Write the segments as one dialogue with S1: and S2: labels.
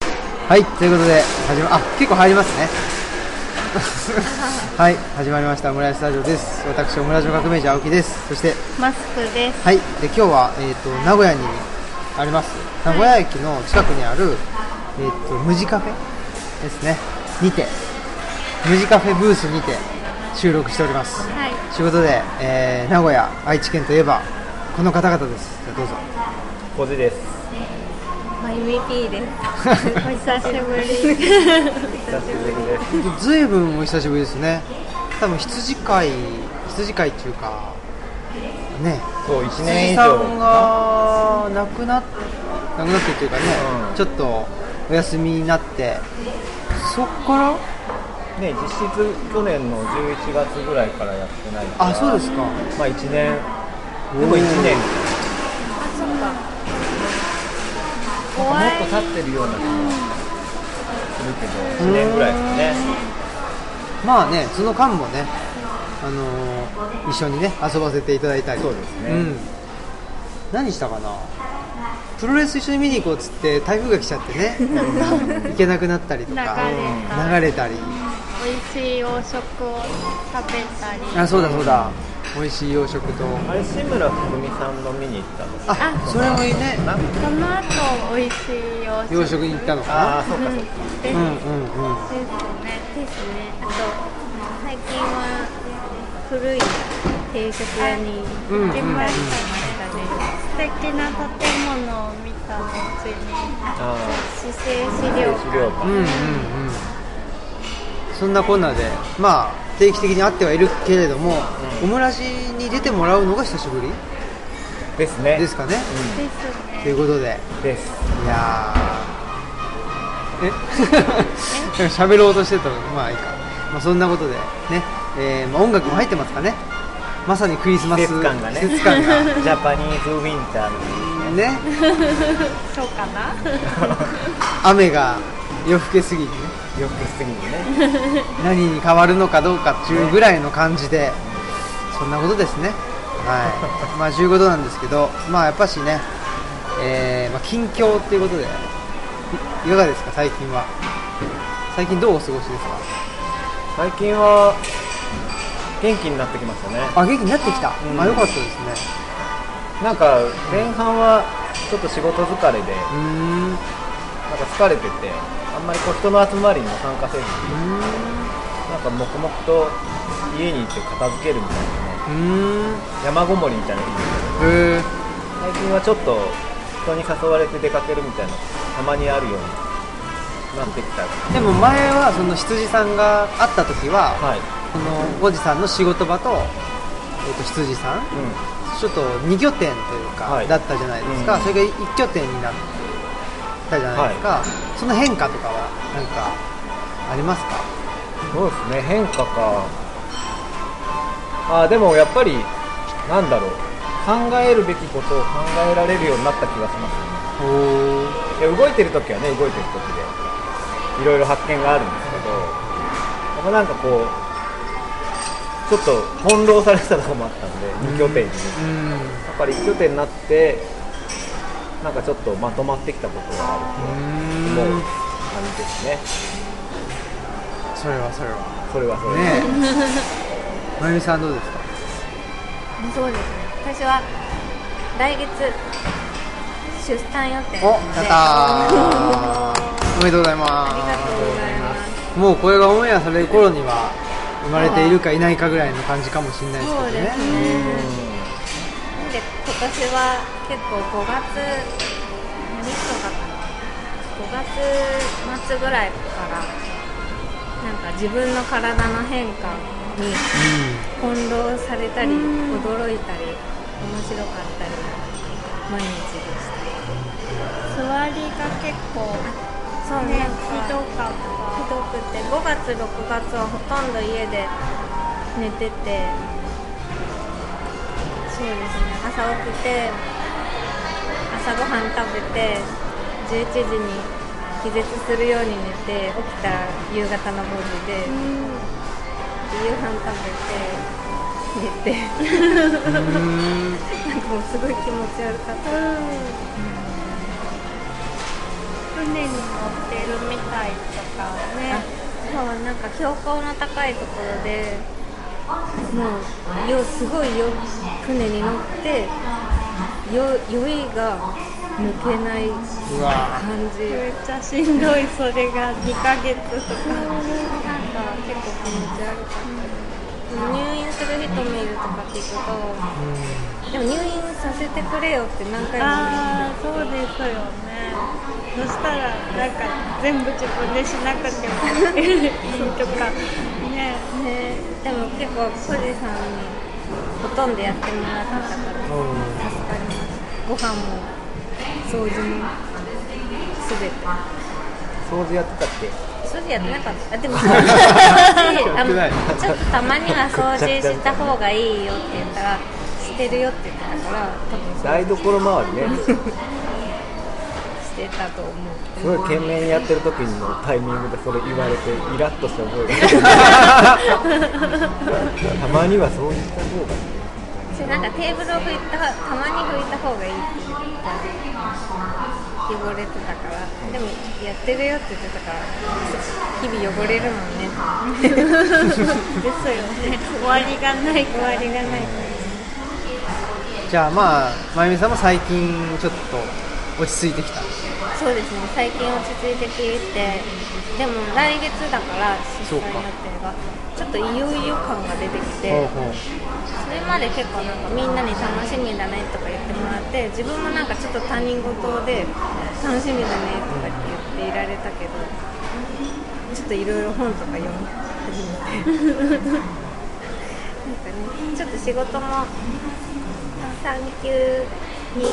S1: はい、ということで、始ま、あ、結構入りますね。はい、始まりました、オムライスタジオです。私、オムラジオ革命児青木です。そして、
S2: マスクです。
S1: はい、で、今日は、えっ、と、名古屋にあります。名古屋駅の近くにある、えっ、と、無地カフェですね。にて、無地カフェブースにて収録しております。
S2: はい。
S1: ということで、えー名古屋、愛知県といえば、この方々です。じゃあどうぞ。
S3: 小手です。
S2: まゆみ P です。お久しぶり。久しぶり。
S1: ずいぶんお久しぶりですね多分羊飼い羊飼いっていうかね
S3: そう、一
S1: 羊
S3: 年以
S1: さ
S3: 上。
S1: んが亡くなっ亡くなってというかね、
S3: うん
S1: ちょっとお休みになってそっから
S3: ね、実質去年の11月ぐらいからやってないから。
S1: あそうですか
S3: まあ、一年。で
S1: お
S3: も
S1: ー
S3: 一年。も
S2: 怖い
S3: っ。と経ってるような気もするけど、一年ぐらいですかね。
S1: まあねその間もねあのー一緒にね遊ばせていただいたり
S3: そうですね
S1: ん、何したかなプロレス一緒に見に行こうっつって台風が来ちゃって ね行けなくなったりとか
S2: 流れた
S1: 流れたり
S2: 美味しい洋食を食べたり。
S1: あそうだそうだ美味しい洋食と
S3: あれ、志村ふみさんの見に行ったの。
S1: あ
S2: あ
S1: それもいいね
S3: な
S2: その後美味しい洋食。
S1: 洋食に行ったの
S3: あ
S1: か
S3: あ、そう
S2: うん。
S3: か、
S2: です
S1: な
S3: そうか。。
S2: ねで
S1: うんうんうん
S2: すね。ですね。あと最近は古い定食屋に行きましたね。素敵な建物を見た後に。
S3: あ
S2: 姿勢資料
S3: あ、資料
S1: う
S2: 館
S1: んうん
S3: 館。
S1: うんそんなこんなでまあ定期的に会ってはいるけれども、
S3: うん
S1: オムラジに出てもらうのが久しぶり
S3: ですね。
S1: ですかね
S2: です
S1: とい
S2: ね
S1: うことで
S3: です。
S1: いや ーえ喋ろうとしてたのまあいいか、まあ、そんなことでね、えーまあ、音楽も入ってますかねまさにクリスマス
S3: 季節感がね。
S1: 季節感が
S3: ジャパニーズウィン ターに。
S1: ね
S2: そうかな
S1: 雨が夜更けすぎにね
S3: よくすぎにね。
S1: 何に変わるのかどうかっていうぐらいの感じで、そんなことですね、はいまあ、15度なんですけど、まあ、やっぱしね、えーまあ、近況ということで、いいかがですか、最近は。最近どうお過ごしです
S3: 最近は。元気になってきましたね。
S1: か、あ元気になってきた、
S3: うん
S1: あよかったですね、
S3: なんか前半はちょっと仕事疲れで
S1: うーん、う
S3: なんか疲れててあんまりこう人の集まりにも参加せずになんか黙々と家に行って片付けるみたいなね
S1: ーん、う
S3: 山ごもりみたいなのいい
S1: ーん、へ
S3: んですけど最近はちょっと人に誘われて出かけるみたいなのたまにあるようになってきた
S1: ーでも前はその羊さんが会った時は、
S3: はい、
S1: このおじさんの仕事場と、えっと羊さん
S3: うん、
S1: ちょっと二拠点というか、
S3: はい
S1: だったじゃないですか、
S3: うん
S1: それが一拠点になったじゃないですか、その変化とかはなんかありますか
S3: そうですね変化かあーでもやっぱりなんだろう考えるべきことを考えられるようになった気がしま
S1: お
S3: すね
S1: お
S3: で動いてる時はね動いてる時でいろいろ発見があるんですけどやっぱなんかこうちょっと翻弄されてたとこもあったんで2拠点に、や
S1: うん
S3: っぱり1拠点になってなんかちょっとまとまってきたことがあると思う
S1: うん
S3: 感じですね
S1: それはそれは
S3: それはそれで、
S1: ねえまゆみさんどうですか
S2: そうですね私は来月出産予定なので
S1: おやった
S2: あ
S1: おめでとうございま
S2: りがとうございます
S1: すもうこれがオンエアされる頃には生まれているかいないかぐらいの感じかもしれないですけ
S2: そ
S1: ど
S2: う
S1: ね
S2: ですねなんで今年は結構5月何日とかかな5月末ぐらいからなんか自分の体の変化に翻弄されたり驚いたり面白かったり毎日でした座りが結構そうねひどかったひどくて5月6月はほとんど家で寝ててそうですね朝起きて朝ごはん食べて11時に気絶するように寝て起きたら夕方の5時で。夕飯食べて寝て
S1: うんうん
S2: なんかもうすごい気持ち悪かった、船に乗ってるみ祭とかをねもうなんか標高の高いところでもうよすごいよ船に乗ってよ酔いが抜けないう
S1: わ
S2: 感じ
S4: めっちゃしんどいそれが2ヶ月と
S2: なんか結構気持ち悪かった
S4: か
S2: 入院する人もいるとか聞くとでも入院させてくれよって何回も
S4: ああそうですよねそしたらなんか全部自分でしなくてもいいとかね
S2: ねでも結構コジさんにほとんどやってもらってたから
S1: うん
S2: 助かりましたご飯も掃除も全て
S3: 掃除やってたっけ
S2: 掃除やってなかった あでも掃除あ
S1: やってない
S2: のちょっとたまには掃除した方がいいよって言ったらしてるよって言ってたから多分
S3: 台所周 りね
S2: してたと思う
S3: すごい懸命にやってる時のタイミングでそれ言われてイラッとした覚え がたまにはそういった方が
S2: それなんかテーブルを拭いたたまに拭いた方がいいって言った汚れてたからでもやってるよって言ってたから日々汚れるもん ね
S4: ですよね終わりがない終わりがない
S1: じゃあまあまゆみさんも最近ちょっと落ち着いてきた
S2: そうですね最近落ち着いてきてでも来月だから出産になってるがちょっといよいよ感が出てきて
S1: ほうほう
S2: それまで結構なんかみんなに楽しみだねとか言ってもらって自分もなんかちょっと他人事で楽しみだねとかって言っていられたけどちょっといろいろ本とか読み始めて なんかねちょっと仕事も産休に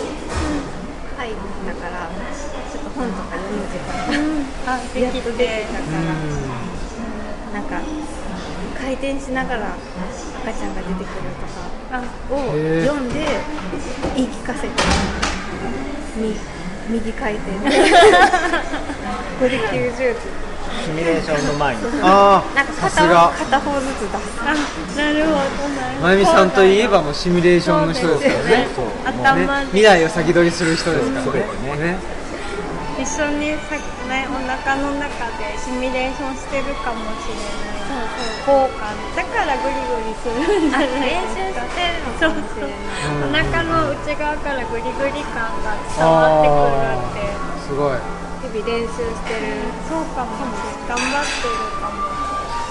S2: 入ったからちょっと本とか読む時間
S4: あ
S2: がやっ
S4: でき
S2: と出
S4: て
S2: てたから。なんか回転しながら赤ちゃんが出てくるとかを
S1: へー
S2: 読んで言い聞かせてみ右回転でこれで90
S3: シミュレーションの前に
S1: あ
S2: なん
S1: あさ
S2: か
S1: す
S2: 片方
S1: が
S2: 片方ずつ出す
S4: あなるほどなるほど
S1: まゆみさんといえばもうシミュレーションの人ですからね
S3: そう
S4: 頭で
S1: ね未来を先取りする人ですから
S3: そう
S1: ね
S3: そう
S1: ね
S4: 一緒にさ、ね、お腹の中でシミュレーションしてるかもしれない効果だからグリグリするんじゃ
S2: あ
S4: な
S2: 練
S4: い
S2: 習して
S4: ですかそ
S2: る
S4: うそう
S2: のかもしれない
S1: うん
S4: お腹の内側からグリグリ感が伝わってくるって
S1: あーすごい
S2: 日々練習してる
S4: そうかも頑張ってるかも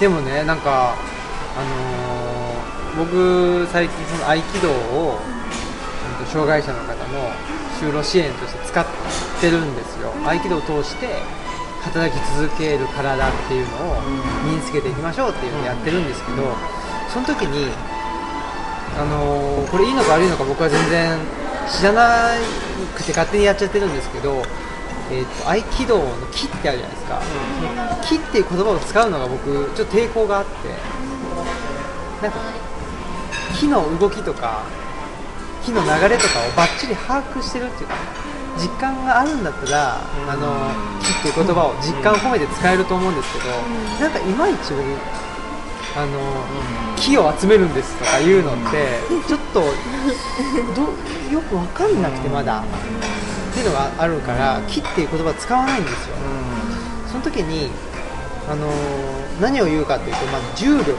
S1: でもねなんかあのー僕最近その合気道を、うんと障害者の方の就労支援として使ってるんですよ、合気道を通して働き続ける体っていうのを身につけていきましょうっていうのをやってるんですけど、その時にあのーこれいいのか悪いのか僕は全然知らなくて勝手にやっちゃってるんですけど、えー、と合気道の「気」ってあるじゃないですか、その「気」っていう言葉を使うのが僕ちょっと抵抗があってなんか気の動きとか気の流れとかをばっちり把握してるっていうか実感があるんだったら「あのー気」っていう言葉を実感を込めて使えると思うんですけど、なんかいまいち僕あのー木を集めるんですとか言うのってちょっとどよく分かんなくてまだっていうのがあるから木っていう言葉使わないんですよその時に、あのー何を言うかというとまず重力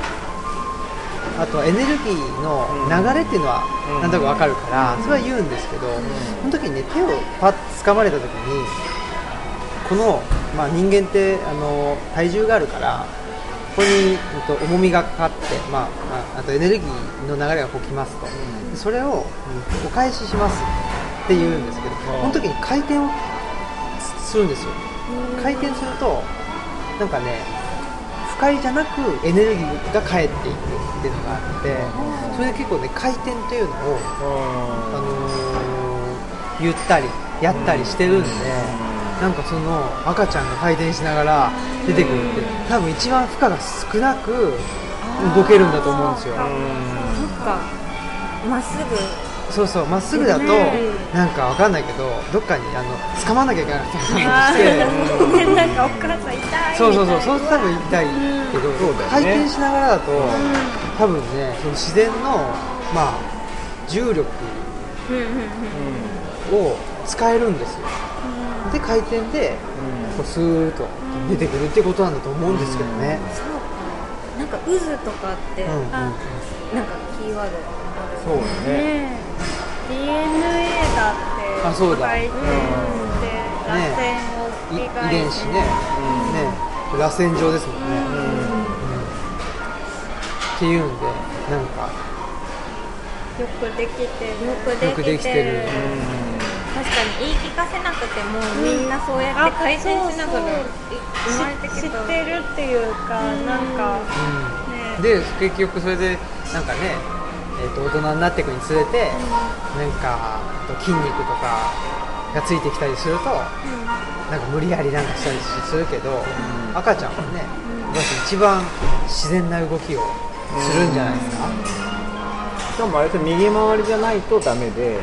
S1: あとはエネルギーの流れっていうのは
S3: うん
S1: なんとなく分かるからそれは言うんですけどその時にね手をパッと掴まれた時にこの、まあ、人間ってあの体重があるからここに、えっと、重みがかかって、まあ、ああとエネルギーの流れがこうきますと、それを、うんお返ししますって言うんですけど、
S3: ん
S1: この時に回転をすするんですよ回転するとなんかね不快じゃなくエネルギーが返っていくっていうのがあってそれで結構ね回転というのを、あのー言ったりやったりしてるんで。なんかその赤ちゃんが回転しながら出てくるって多分一番負荷が少なく動けるんだと思うんですよ
S2: そっかまっすぐ
S1: そうそうまっすぐだとなんかわかんないけどどっかにあの掴まなきゃいけなくてして
S4: あー なんかお母さん痛いみたい
S1: そうそうそうそう多分痛いけど、
S3: そうだよね
S1: 回転しながらだと多分ねその自然のまあ重力を使えるんですよで回転でこうスーッと出てくるってことなんだと思うんですけどね、
S2: そうかなんか渦とかって、
S1: うんうん
S2: あなんかキーワード
S3: そうよ
S4: ねえ
S3: ね。
S4: DNA だって
S1: あそうだ
S4: 入ってて、螺旋を
S1: い
S4: 理
S1: 遺
S4: 解
S1: 伝子ねね
S3: うん
S1: 螺旋状ですもんね、
S3: うん
S1: っていうんでなんか
S4: よくできてる
S2: よく
S1: よくで
S2: で
S1: き
S2: き
S1: て
S2: て
S1: る
S2: る確かに言い聞かせなくても、みんなそうやって回転しなが
S4: あそ
S2: ら
S4: う
S2: い生まれてき
S4: 知
S2: た
S4: ってるっていうか、なんか
S1: うんで
S4: ね
S1: 結局それでなんかね、えー、と大人になっていくにつれて、なんかあと筋肉とかがついてきたりすると、なんか無理やりなんかしたりするけど、
S3: ん
S1: 赤ちゃんはね、まず一番自然な動きをするんじゃないですか、
S3: しかもあれって右回りじゃないとダメで、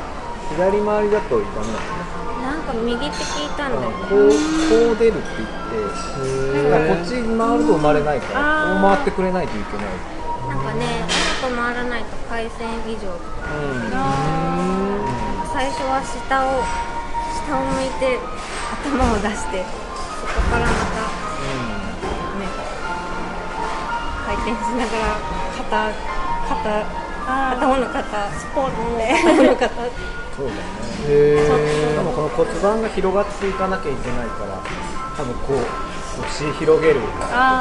S3: 左回りだとダメなんだよね。
S2: なんか右って聞いたんだよね
S3: こうこう出るって言って、だからこっちに回ると生まれないから、こう回ってくれないといけない。
S2: なんかね早く回らないと回線以上最初は下を下を向いて頭を出してそこからまたね回転しながら肩肩頭の肩スポーツの頭の肩
S3: そうだよね。
S1: へー
S3: しかもこの骨盤が広がっていかなきゃいけないから多分こう押し広げるから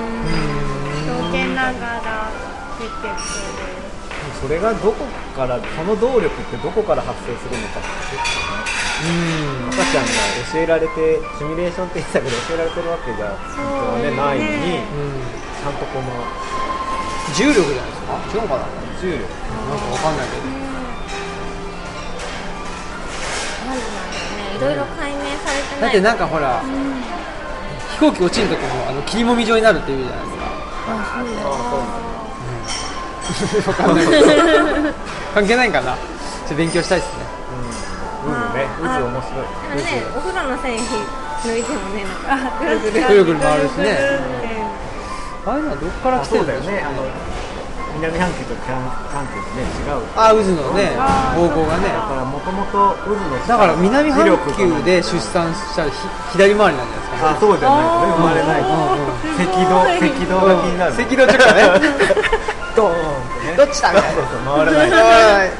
S3: ね
S4: 広げながら出てくる。
S3: それがどこからその動力ってどこから発生するのかって
S1: うん
S3: 赤ちゃんが教えられてシミュレーションって言ってたけど教えられてるわけじゃ本当はねないのに
S4: ね
S1: うん
S3: ちゃんとこの
S1: 重力じゃないですか違うのかな
S3: 重力
S1: なんかわかんないけど、
S2: なんでなんだろうねいろいろ解明されてない
S1: だってなんかほら、飛行機落ちる時もあの切りもみ状になるっていうじゃないですか
S3: あ
S1: わかんないけど関係ないんかなちょっと勉強したいですね
S3: あそうなんだうん渦ね渦面白い
S2: だからねお風呂の線引き抜いてもねなんかぐるぐる
S1: ぐるぐる回るしね
S4: っ
S1: ああいうのはどこから
S3: あ
S1: 来てる
S3: そ
S1: ん
S3: うだよ
S1: でしょ
S3: ねあの南半球と北半球でね違う
S1: ああ渦のね
S4: あ
S1: 方向がね
S3: だからもともと渦の下
S1: だから南半球で出
S3: 磁力
S1: 産したらひ左回りなんじゃないですか
S3: があそうじゃな
S1: ね
S3: いとね生まれないから赤道赤道が気になる、
S1: 赤道直下ね
S3: ドーンってね
S1: どっちだみたい
S3: そう
S1: な
S3: そう回らない
S1: はい
S4: て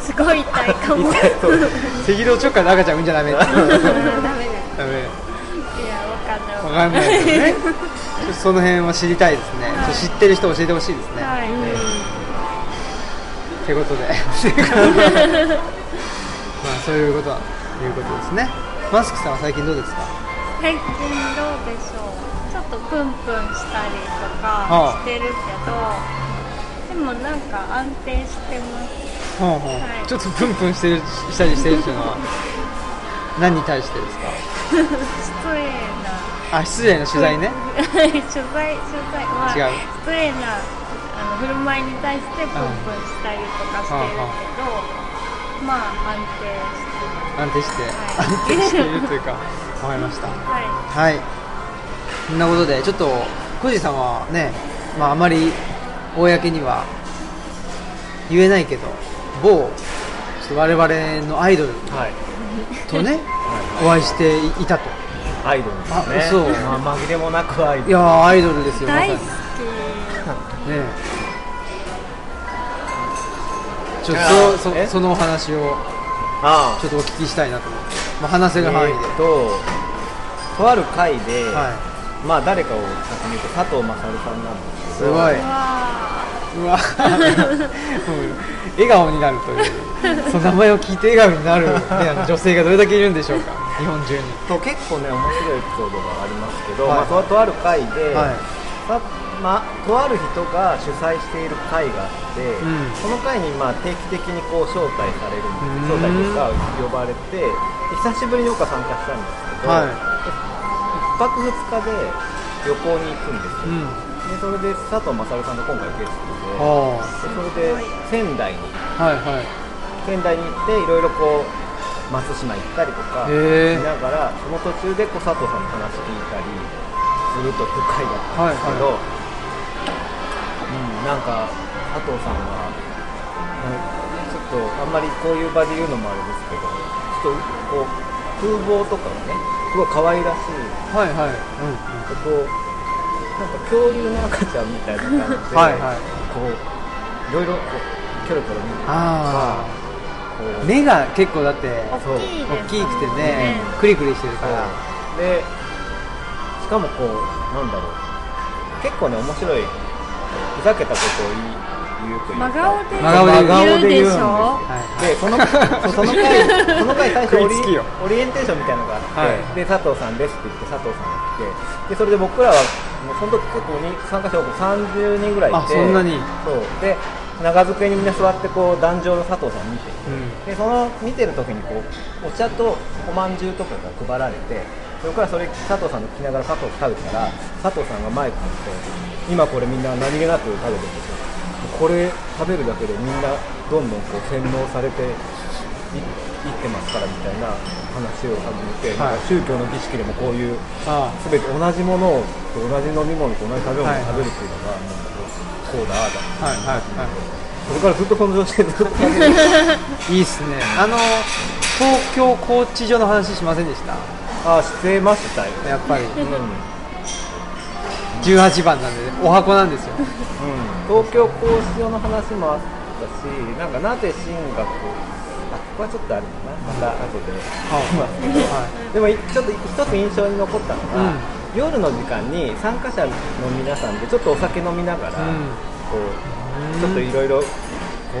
S4: すごい痛いかも。
S3: 痛いそう
S1: 赤道直下で赤ちゃん産んじゃダメっていう
S2: ダメだよ
S1: ダメ
S4: いや、わかんない。
S1: わかんないですよねちょっとその辺は知りたいですね、ちょっと知ってる人教えてほしいですね、
S4: はい。
S1: ってこと でまあそういうことはいうことですねマスクさんは最近どうですか
S4: 最近どうでしょう。ちょっとプンプンしたりと
S1: あ
S4: かしてるけど、でもなんか安定してます。
S1: ほうほう
S4: はい
S1: ちょっとプンプンしてるしたりしてるっていうの は何に対してですか
S4: 失礼な。
S1: あ失礼な取材ね
S4: 取材取材は
S1: 違う
S4: 失礼なあの振る舞いに対してプンプンしたりとかしてるけど、まあ安
S1: 安定
S4: 定してます。
S1: して、
S4: はい
S1: 安定しているというかわかりました
S4: はい。
S1: はいそんなことでちょっとコジさんはねまああまり公には言えないけど某ちょっと我々のアイドル
S3: はい
S1: とねお会いしていたと
S3: アイドルですね
S1: あそう
S3: まあ、紛れもなくアイド
S1: い
S3: ル
S1: やーアイドルですよまさ
S4: 大
S1: に
S4: 好
S1: ね
S4: き。
S1: えちょっ
S3: あ
S1: とそそ
S3: え
S1: そのお話を
S3: あ
S1: ちょっとお聞きしたいなと思って、まあ、話せ
S3: え
S1: る範囲で、
S3: ー、ととある回で、
S1: は
S3: まあ誰かを先に言うと佐藤勝さんなん
S1: い
S3: です
S1: す
S3: け
S1: ご
S3: ど
S1: いう
S4: わ
S1: わ笑顔になるというその名前を聞いて笑顔になる、ね、あの女性がどれだけいるんでしょうか日本中に
S3: と結構ね面白いエピソードがありますけど、
S1: はい
S3: まあ、ととある回で、
S1: はい
S3: ままあ、とある人が主催している会があって、
S1: ん
S3: その会にまあ定期的にこう招待されるんで
S1: う
S3: す招
S1: ん
S3: 待というか呼ばれてで久しぶりに僕は参加したんですけど、
S1: は
S3: 1泊2日で旅行に行
S1: い、うん、
S3: くんですよ、でそれで佐藤勝さんが今回ゲスト
S1: あ
S3: ででそれで仙台に
S1: あはいはい
S3: 仙台に行っていろいろこう松島行ったりとかし
S1: へー
S3: ながらその途中でこう佐藤さんの話聞いたりするという回だったんですけ
S1: はい
S3: ど、
S1: は
S3: うん、なんか佐藤さんはなんちょっとあんまりこういう場で言うのもあれですけどちょっとこう風貌とかがねすごい可愛らしい
S1: はいはい、うんうん、
S3: こうなんか恐竜の赤ちゃんみたいな感じで
S1: はいはい
S3: こういろいろこうキョロキョロ見て
S1: あ
S3: こ
S1: あ
S3: う
S1: 目が結構だって
S3: そう
S2: 大きいです
S1: 大きくてね
S2: うん
S1: クリクリしてるから
S3: そうでしかもこうなんだろう結構ね面白いふざけたことを言い言うというか
S2: 真顔で
S1: 真顔で
S2: 言うでしょ
S1: はい
S3: でそのそうその 回その回最初オ
S1: 食いつ
S3: リ
S1: きよ
S3: オリエンテーションみたいなのがあって、
S1: はい
S3: で佐藤さんですって言って佐藤さんが来てでそれで僕らはもうその時結構に参加者が30人ぐらいい
S1: あ
S3: て
S1: そんなに
S3: そうで長机にみんな座ってこう壇上の佐藤さん見て
S1: うん
S3: でその見てる時にこうお茶とおまんじゅうとかが配られて僕らそれ佐藤さんの聞きながら佐藤食べてたら佐藤さんがマイク持って今これみんな何気なく食べてるんですよこれ食べるだけでみんなどんどんこう洗脳されていいってますからみたいな話を始めて、
S1: はい
S3: なんか宗教の儀式でもこういう
S1: あ
S3: 全て同じものを同じ飲み物と同じ食べ物を
S1: はい
S3: 食べるっていうのが、こうだあ
S1: あはいは
S3: あだ
S1: い
S3: それからずっとこの状態でずっと食べてる
S1: はいいいっすねあの東京拘置所の話しませんでした
S3: ああしてましたよ
S1: やっぱり
S3: うん
S1: 18番なんで、ね、お箱なんですよ
S3: うん、東京高校の話もあったし、なんかなぜ進学、あここはちょっとあるのかな、また後で、
S1: はい
S3: でもいちょっと一つ印象に残ったのが、
S1: うん
S3: 夜の時間に参加者の皆さんで、ちょっとお酒飲みながら、
S1: うん
S3: こうちょっといろいろこ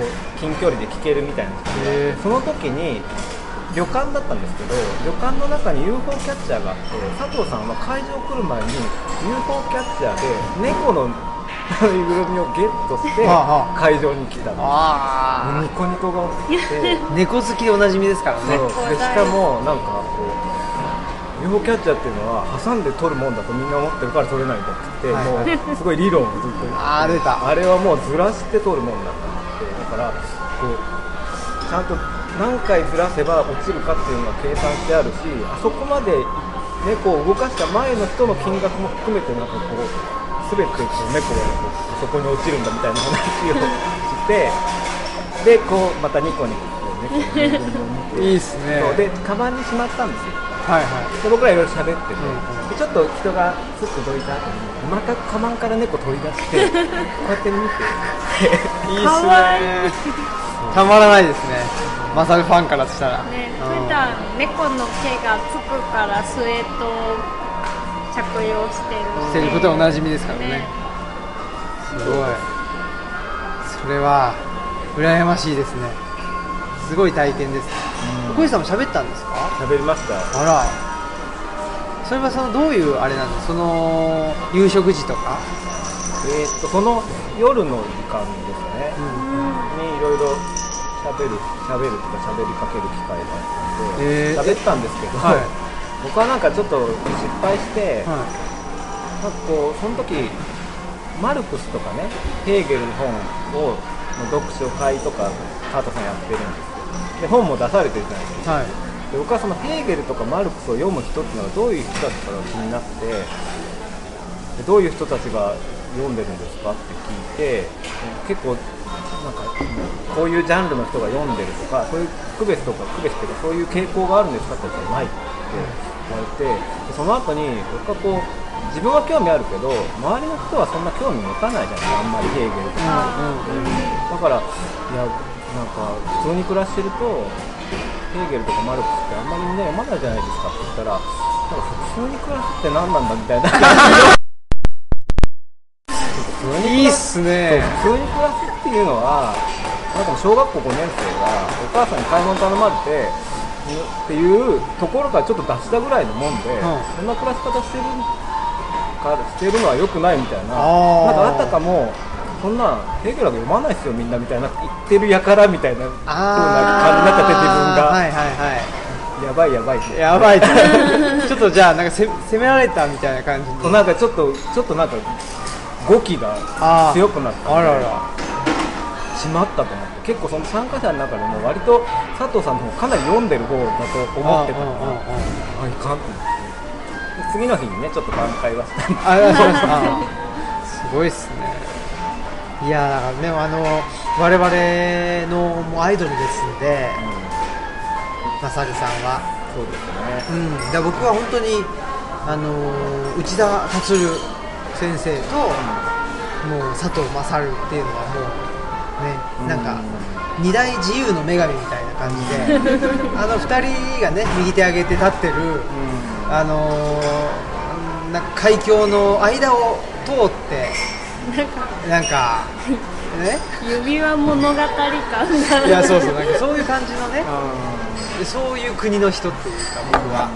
S3: う近距離で聞けるみたいな時があって
S1: へえ
S3: その時に旅館だったんですけど旅館の中に UFO キャッチャーがあって佐藤さんは会場来る前に UFO キャッチャーで猫のぬいぐるみをゲットして
S1: はあはあ
S3: 会場に来たの
S1: あ
S3: ニコニコが起き て
S1: あ猫好きでおなじみですから
S3: そ
S1: ね
S3: うでしかもなんかこう UFO キャッチャーっていうのは挟んで取るもんだとみんな思ってるから取れないんだって言っ
S1: は
S3: て、
S1: い
S3: もうすごい理論をずっと言って
S1: あー出た
S3: あれはもうずらして取るもんだと思ってだからこうちゃんと何回ずらせば落ちるかっていうのが計算してあるしあそこまで猫を動かした前の人の金額も含めてなんかこう全てこう猫がこうあそこに落ちるんだみたいな話をしてでこうまたニコニコこう猫のぬい ぐるみを見て
S1: いいっすね
S3: そうでカバンにしまったんですよ
S1: はいは
S3: で僕らいろいろ喋ってて、
S1: うんうん
S3: でちょっと人がすっとどいた後にまたカバンから猫取り 出してこうやって見
S1: い
S3: て
S1: いいっ
S4: かわい
S1: すねたまらないですねマサルファンからしたら
S4: ね、
S1: うん
S4: 普段猫の毛がつくからスウェットを着用してるの
S1: して
S4: で
S1: ることはおなじみですからねすごいそれは羨ましいですねすごい体験ですね小石さんも喋ったんですか
S3: 喋りました
S1: あらそれはそのどういうあれなんですその夕食時とか、
S3: えーっとその夜の時間ですね、にいろいろ喋る喋るとか喋りかける機会
S1: えー
S3: があったんで喋、ったんですけど、
S1: はい
S3: 僕はなんかちょっと失敗して、
S1: は
S3: なんかこうその時マルクスとかねヘーゲルの本をの読書会とかカートさんやってるんですけどで本も出されてるじゃないで
S1: いはい
S3: すかで僕はそのヘーゲルとかマルクスを読む人っていうのはどういう人たちかが気になってでどういう人たちが読んでるんですかって聞いて結構なんかこういうジャンルの人が読んでるとかそういう区別とか区別っていうかそういう傾向があるんですかって言ったらないって言われてでその後に僕はこう自分は興味あるけど周りの人はそんな興味持たないじゃないあんまりヘーゲルとか。だからいやなんか普通に暮らしてるとヘーゲルとかマルクスってあんまりみんな読まないじゃないですかって言ったらなんか普通に暮らすって何なんだみたいな
S1: うんうん
S3: 普通に暮
S1: いいっ
S3: らす
S1: すね
S3: 普通に暮らすっていうのはなんか小学校5年生がお母さんに買い物頼まれてっていうところからちょっと出したぐらいのもんで、
S1: ん
S3: そんな暮らし方してるからしてるのは良くないみたいな
S1: あー
S3: なんかあたかもそんなヘーゲルなんか読まないですよみんなみたいな言ってるやからみたいなような感じになっちゃって自分が、
S1: はいはいは
S3: やばいやばいって
S1: い やばいちょっとじゃあなんかせ責められたみたいな感じ
S3: と
S1: に
S3: なんかちょっとちょっとなんか語気が
S1: あー
S3: 強くなったんで
S1: あらら
S3: しまったと思って結構その参加者の中でも割と佐藤さんの方かなり読んでる方だと思ってた
S1: うんう
S3: から
S1: んうんうん
S3: あいかんと思ってで次の日にねちょっと挽回はしたんで
S1: ああそうですかすごいっすねいやだからねあの 我々のもうアイドルですんで、マサルさんは
S3: そうです
S1: う
S3: ね
S1: ん、だから僕は本当に、あのー内田達先生と、もう佐藤勝っていうのはもうね、なんか二大自由の女神みたいな感じで、 あの二人がね右手上げて立ってる、あのーなんか海峡の間を通って
S4: なんか
S1: なんか ね。
S4: 指輪物語感が
S1: いやそうそうなんかそういう感じのねそういう国の人っていうか僕は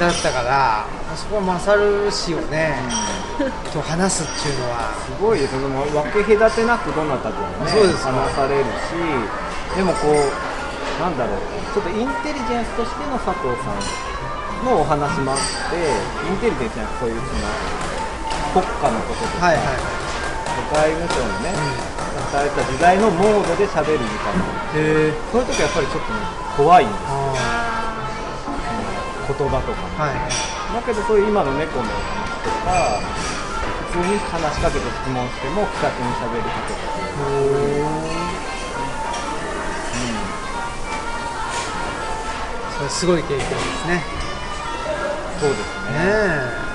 S1: だったからあそこは勝る氏をねと話すっていうのは
S3: すごいですねでも分け隔てなくどなたともね
S1: そうです
S3: 話されるしでもこうなんだろうちょっとインテリジェンスとしての佐藤さんのお話もあってインテリジェンスじゃなくてそういうその国家のこととか、
S1: はいはい
S3: 外務省のね、された時代のモードで喋るみたいな
S1: へえ
S3: そういう時はやっぱりちょっとね、怖いんですよ
S1: あ
S3: 言葉とかも
S1: あはい
S3: だけどそういう今の猫の話とか普通に話しかけて質問しても気さくに喋ることとか
S1: それすごい経験ですねね
S3: そうですね
S1: え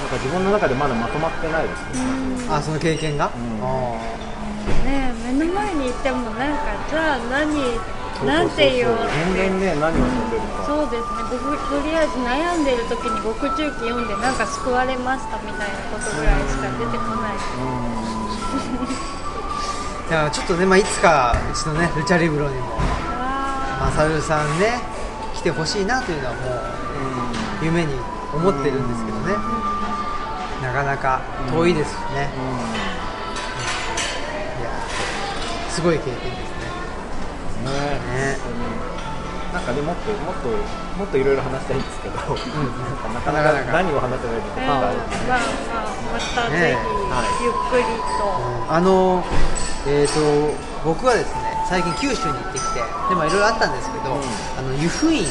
S3: なんか自分の中でまだまとまってないですね
S1: あその経験が、
S3: ん
S1: あ
S4: ねえ目の前にいてもなんかじゃあ何なんて言おうっ
S3: そうそうそう
S4: て
S3: 全然ね何を喋るのか
S4: そうですね僕とりあえず悩んでる時に獄中記読んでなんか救われましたみたいなことぐらいしか出てこない
S1: あいやちょっとね、まあ、いつかうちのねルチャリブロにも
S4: あ
S1: 勝さんね来てほしいなというのはもう夢に思ってるんですけどね、なかなか遠いですしね、いやすごい経験ですね
S3: うんね
S1: ね
S3: なんかねもっともっともっといろいろ話したいんですけど、なかな
S1: なかな
S3: か
S1: か
S3: 何を話せばいいのか
S4: ー
S3: まだ
S4: まあまあまた
S1: ねえ
S4: ぜひゆっくりと
S1: うんあのえー、と僕はですね最近九州に行ってきてでもいろいろあったんですけど、
S3: うん
S1: あの湯布院に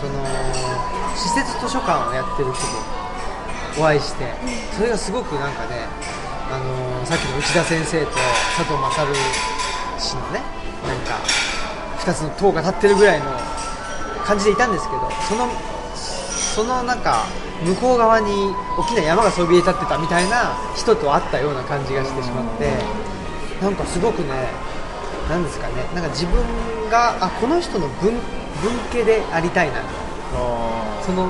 S1: その施設図書館をやってる人とお会いして、それがすごくなんかね、あのさっきの内田先生と佐藤勝氏のねなんか2つの塔が立ってるぐらいの感じでいたんですけどそのそのなんか向こう側に大きな山がそびえ立ってたみたいな人と会ったような感じがしてしまってなんかすごくねなんですかねなんか自分があこの人の文文系でありたいな
S3: あ
S1: その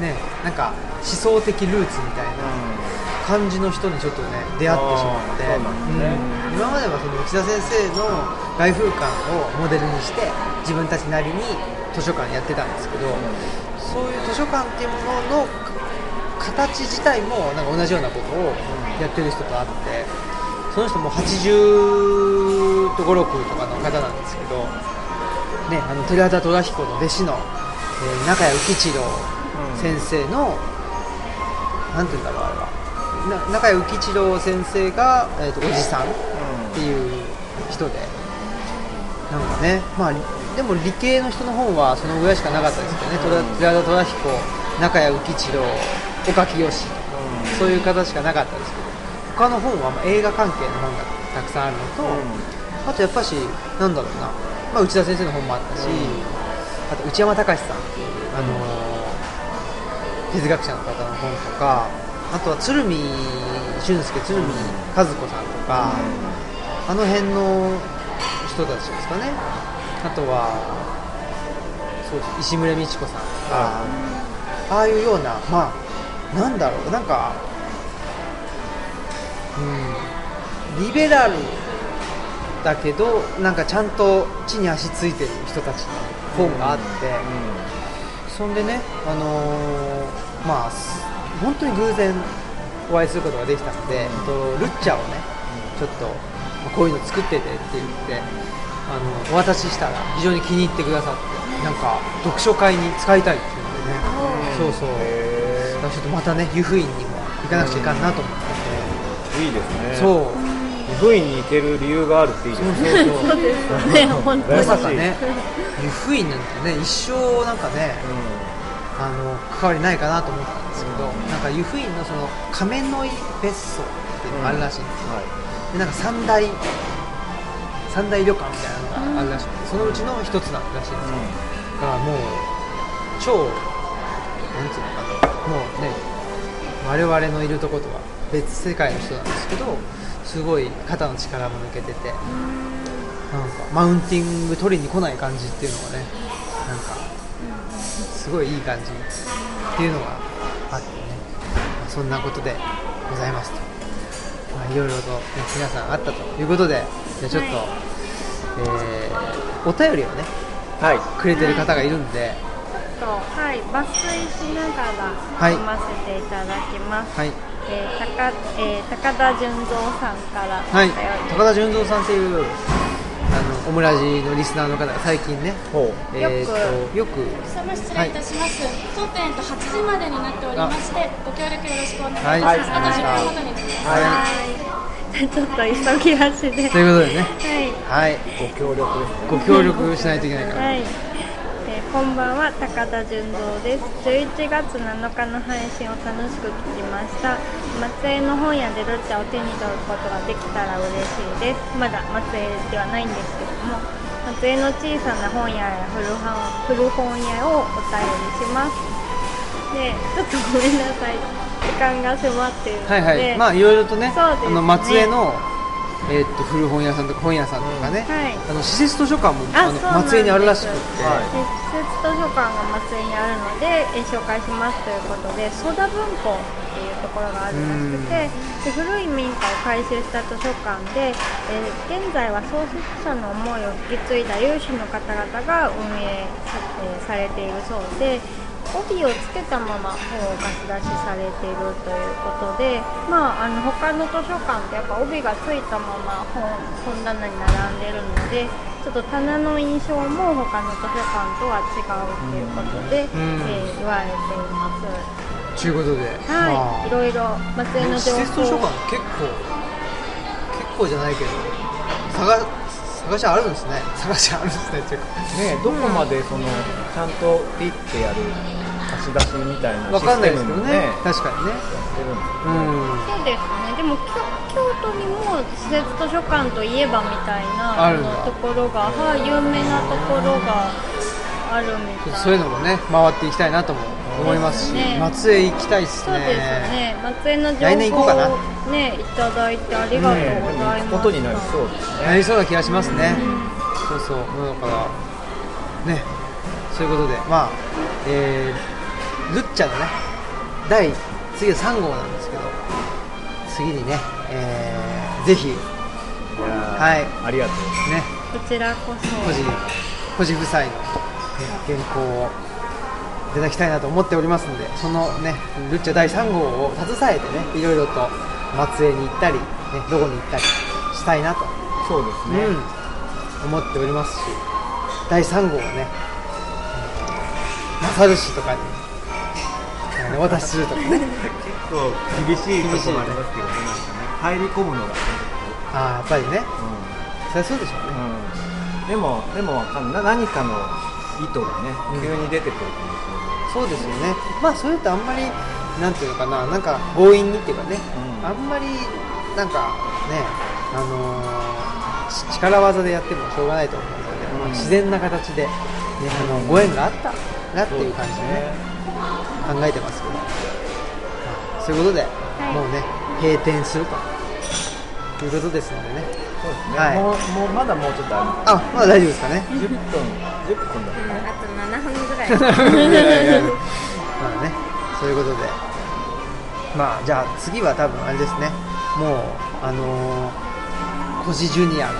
S1: ねなんか思想的ルーツみたいな
S3: ーうん
S1: 感じの人にちょっとね出会ってしまって、
S3: あーそうなんですね
S1: うん今まではその内田先生の外風館をモデルにして自分たちなりに図書館やってたんですけど、そういう図書館っていうものの形自体もなんか同じようなことをやってる人と会ってその人も80と5 6とかの方なんですけど、ね、あの寺田虎彦の弟子の、えー中谷浮一郎先生の、なんて言うんだろうあれはな中谷浮一郎先生が、えー、とおじさんっていう人でなんかねまあでも理系の人の本はそのぐらいしかなかったですけどね虎寺田虎彦中谷浮一郎岡清志そういう方しかなかったですけど他の本はまあ映画関係の本がたくさんあるのと、あとやっぱしなんだろうな、まあ、内田先生の本もあったし、あと内山隆さんっていう、あのー哲学者の方の本とかあとは鶴見俊介鶴見和子さんとか、あの辺の人たちですかねあとはそうです石村美智子さんとか、ああいうようなまあなんだろうなんかうんリベラルだけどなんかちゃんと地に足ついてる人たちの本があって、そんでね、あのーまあす本当に偶然お会いすることができたので、とルッチャをね、ちょっとまあこういうの作っててって言ってあのお渡ししたら非常に気に入ってくださってなんか読書会に使いたいっていうのでね、そうそうだからちょっとまたね湯布院にも行かなくちゃいかんなと思って、
S3: いいですね
S1: そう
S3: 部位に行ける理由があるっていいですね
S1: そうそう
S4: ね本当
S1: ま
S4: に
S1: さかね湯布院なんてね一生なんかね、あの関わりないかなと思ったんですけど、なんか湯布院のその亀の井別荘っていうのがあるらしいんですよ、でなんか三大三大旅館みたいなのがあるらしくて、そのうちの一つなんらしいんですよ、だからもう超なんつうのかなもうね我々のいるとことは別世界の人なんですけどすごい肩の力も抜けててなんかマウンティング取りに来ない感じっていうのがねなんかすごいいい感じっていうのがあってね、まあそんなことでございますと、まあ、いろいろと、ね、皆さんあったということでじゃあちょっと、
S2: はい
S1: えーお便りをね
S3: はい
S1: くれてる方がいるんで、
S2: とはい抜粋しながら
S1: はい
S2: 読ませていただきます。
S1: はい
S2: えー高えー高田純三さんからお
S1: はい
S2: 便り、
S1: 高田純三さんっていうあのオムラジのリスナーの方が最近ね、
S3: ほ
S1: えー、とよく
S5: 様失礼いたします、当店と8時までになっておりましてご協力よろしくお願いいたします、
S1: はい
S3: はい
S5: あと10分ごとになります
S1: は
S2: ちょっと急ぎ足で。
S1: いということでね、
S4: はい。
S1: はい、
S3: うご協力ですね
S1: ご協力しないといけないから、
S4: はい。えーこんばんは高田純三です。11月7日の配信を楽しく聞きました。松江の本屋でロッチャを手に取ることができたら嬉しいです。まだ松江ではないんですけども、松江の小さな本屋や古本古本屋をお便りします。で、ちょっとごめんなさい。時間が迫っているので、
S1: はいはい、まあいろいろとね、
S4: そうですね
S1: あの松江のえーっと古本屋さんとか本屋さんとかね、
S4: はい
S1: あの施設図書館も
S4: あ
S1: あの
S4: そうなんです
S1: 松江にあるらしくって、
S3: は
S4: 施設図書館が松江にあるのでえー紹介しますということでソダ文庫っていうところがあるらしくてで古い民家を改修した図書館で、えー現在は創設者の思いを引き継いだ有志の方々が運営さ,、えーされているそうで帯をつけたまま本を貸し出しされているということで、まあ、あの他の図書館ってやっぱ帯がついたまま本本棚に並んでるのでちょっと棚の印象も他の図書館とは違うっていうことで、
S1: うん
S4: えー言われています。
S1: ということで、ま
S4: はい、いろいろ松江の
S1: あ、施
S4: 情報
S1: 設図書館結構結構じゃないけど探探しあるんですね、探しあるんですねっていうか、
S3: ねどこまでそのちゃんとピッてやる貸し出しみたいな
S1: わ
S3: シ
S1: かんな
S3: ス
S1: い
S3: テ
S1: です
S3: ム
S1: けど
S3: も
S1: ね、
S3: ねや
S1: 確かにね、
S3: ってるんです
S1: うん、
S4: そうですね。でも京京都にも施設図書館といえばみたいな
S1: あるんだ
S4: のところが、はい、有名なところがあるみ
S1: ちょったと
S4: い。
S1: そういうのもね回っていきたいなとも思いますし、
S4: そうですね
S1: 松江行きたいです
S4: そうです
S1: ね。
S4: ね。松江の情報
S1: 来年行こうかな
S4: をねいただいてありがとう
S3: ね
S4: ございます。
S3: ことになりそうですね
S1: なりそうな気がしますね、そうそうだからねそういうことでまあえー、ルッチャのね第次は3号なんですけど次にね、えー、ぜひね
S3: いやー
S1: はい
S3: ありがとう
S4: こちらこ
S1: 個人個人夫妻の、ね、原稿をいただきたいなと思っておりますのでそのねルッチャ第3号を携えてねいろいろと松江に行ったり、ね、どこに行ったりしたいなと
S3: そうですね、
S1: うん、思っておりますし第3号はね勝る市とかにあのお渡しするとか ね
S3: そう厳しいとこもありますけどねなんかね入り込むのが、
S1: ああやっぱりね
S3: うん
S1: そりゃそうでしょうね
S3: うん、でもでもわかんないな何かの意図がね急に出てくると
S1: そ
S3: 思
S1: うですよねまあそれってあんまりなんていうのかななんか強引にっていうかね、
S3: うん
S1: あんまりなんかねあのーち力技でやってもしょうがないと思うので、まあ
S3: うん
S1: 自然な形で、ね、あのご縁があったなって
S3: うん
S1: いう感じでね考えてますけど、はいそういうことで、もうね閉店するということですのでね
S3: そうですね、
S1: はい
S3: もうもうまだもうちょっとあ
S1: あまだ大丈夫ですかね
S3: る10分10分だ
S2: うんあと7分ぐらい。
S1: まあね、そういうことで、まあじゃあ次は多分あれですね、もう、あのー、コジジュニアが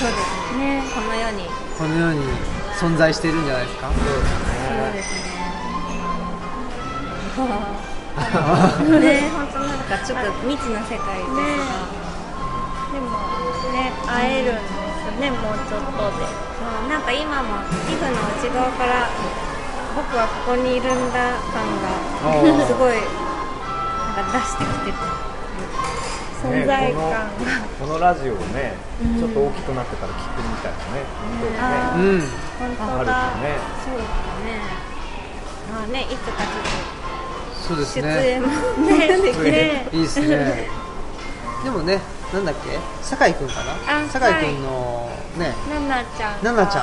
S2: そうですね。この世に。
S1: この世に存在しているんじゃないですか、
S2: そうですね。ね、本当なんかちょっと未知な世界ですが、
S4: でもね会えるんですね。もうちょっとで。
S2: そうなんか今も皮膚の内側から僕はここにいるんだ感
S1: おー
S2: がすごいなんか出してきてて。
S3: ね
S4: 存在感が
S3: このこのラジオをねちょっと大きくなってから聞くみたいなね
S1: うん、
S3: 運動がね
S4: 本当
S3: ある
S4: だ。
S3: よ
S2: そうだね。まあね、いつかち
S1: そうです
S2: ょっと 出
S1: ね、
S2: 演もね、できて。
S1: いいですね、でもね、なんだっけ、酒井君かな、
S4: あ
S1: 酒井君のね、
S4: ナナちゃんが。
S1: 奈々ち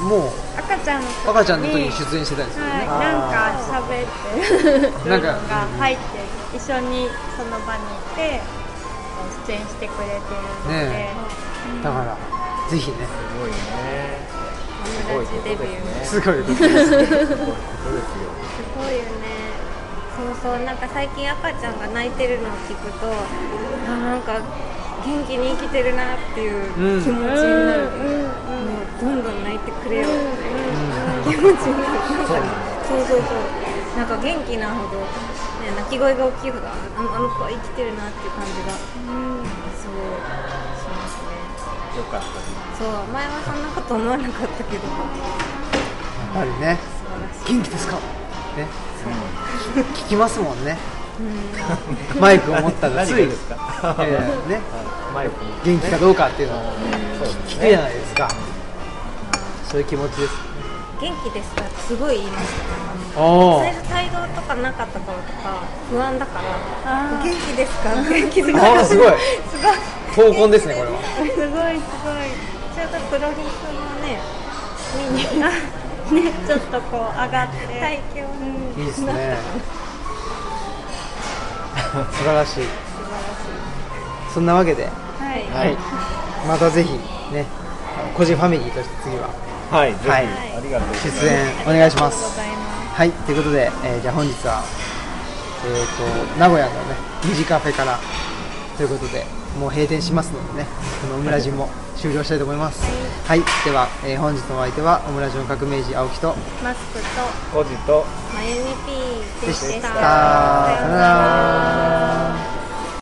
S1: ゃん、も
S4: 赤ちゃんの
S1: う赤ちゃんの時に出演してたんですよね、
S4: はい、なんか喋ってる
S1: な
S4: なんん
S1: か
S4: かが入って一緒にその場にいて出演してくれてるので、
S1: ねだからぜひね
S3: すごいねすご
S2: 友
S3: いこ
S2: 達
S3: と
S2: デ
S3: です
S2: ビュ
S1: すごいことですね
S3: ね
S2: ー
S3: すごいことですよ
S2: すごいよねそうそうなんか最近赤ちゃんが泣いてるのを聞くとあなんか元気に生きてるなっていう
S1: うん
S2: 気持ちになる、もうどんどん泣いてくれよっていう気持ちになる
S3: そう
S2: そうそうそうなんか元気なほど、ね、泣き声が大きいほどああの子は生きてるなっていう感じがすごいしますね
S3: よかったです
S2: そう前はそんなこと思わなかったけど素
S1: やっぱりね
S2: 晴らしい
S1: 元気ですかね聞きますもんねマイクを持ったらつい
S3: 何がです か
S1: えーね
S3: マイクに
S1: 元気かどうかっていうのを
S3: そうですね
S1: 聞くじゃないですかそういう気持ちです
S2: 元気ですかってすごい言いました
S1: お
S2: 最初態度とかなかった頃とか不安だから元気ですかって気づか
S1: あー すごい
S2: すごい
S1: 闘魂ですねこれは
S2: すごいすごいちょうどプロフィールもね 見にねちょっとこう上がって体験
S1: いい
S2: に
S1: ですね 素晴らしいそんなわけで
S2: はい、
S1: はい、またぜひね個人ファミリーとして次は
S3: はいぜひ
S1: はい
S3: ありがとうございます
S1: 出演お願いしま
S2: ありがとうご
S1: す
S2: ざいます
S1: はいということで、えーじゃあ本日はえー、と名古屋のねニジカフェからということでもう閉店しますのでねこのオムラジも終了したいと思いますはい、では、えー本日のお相手はオムラジの革命児青木と
S2: マスクと
S3: コジと
S2: まゆみ P で
S1: でした
S2: し
S1: さ
S2: た
S1: よなら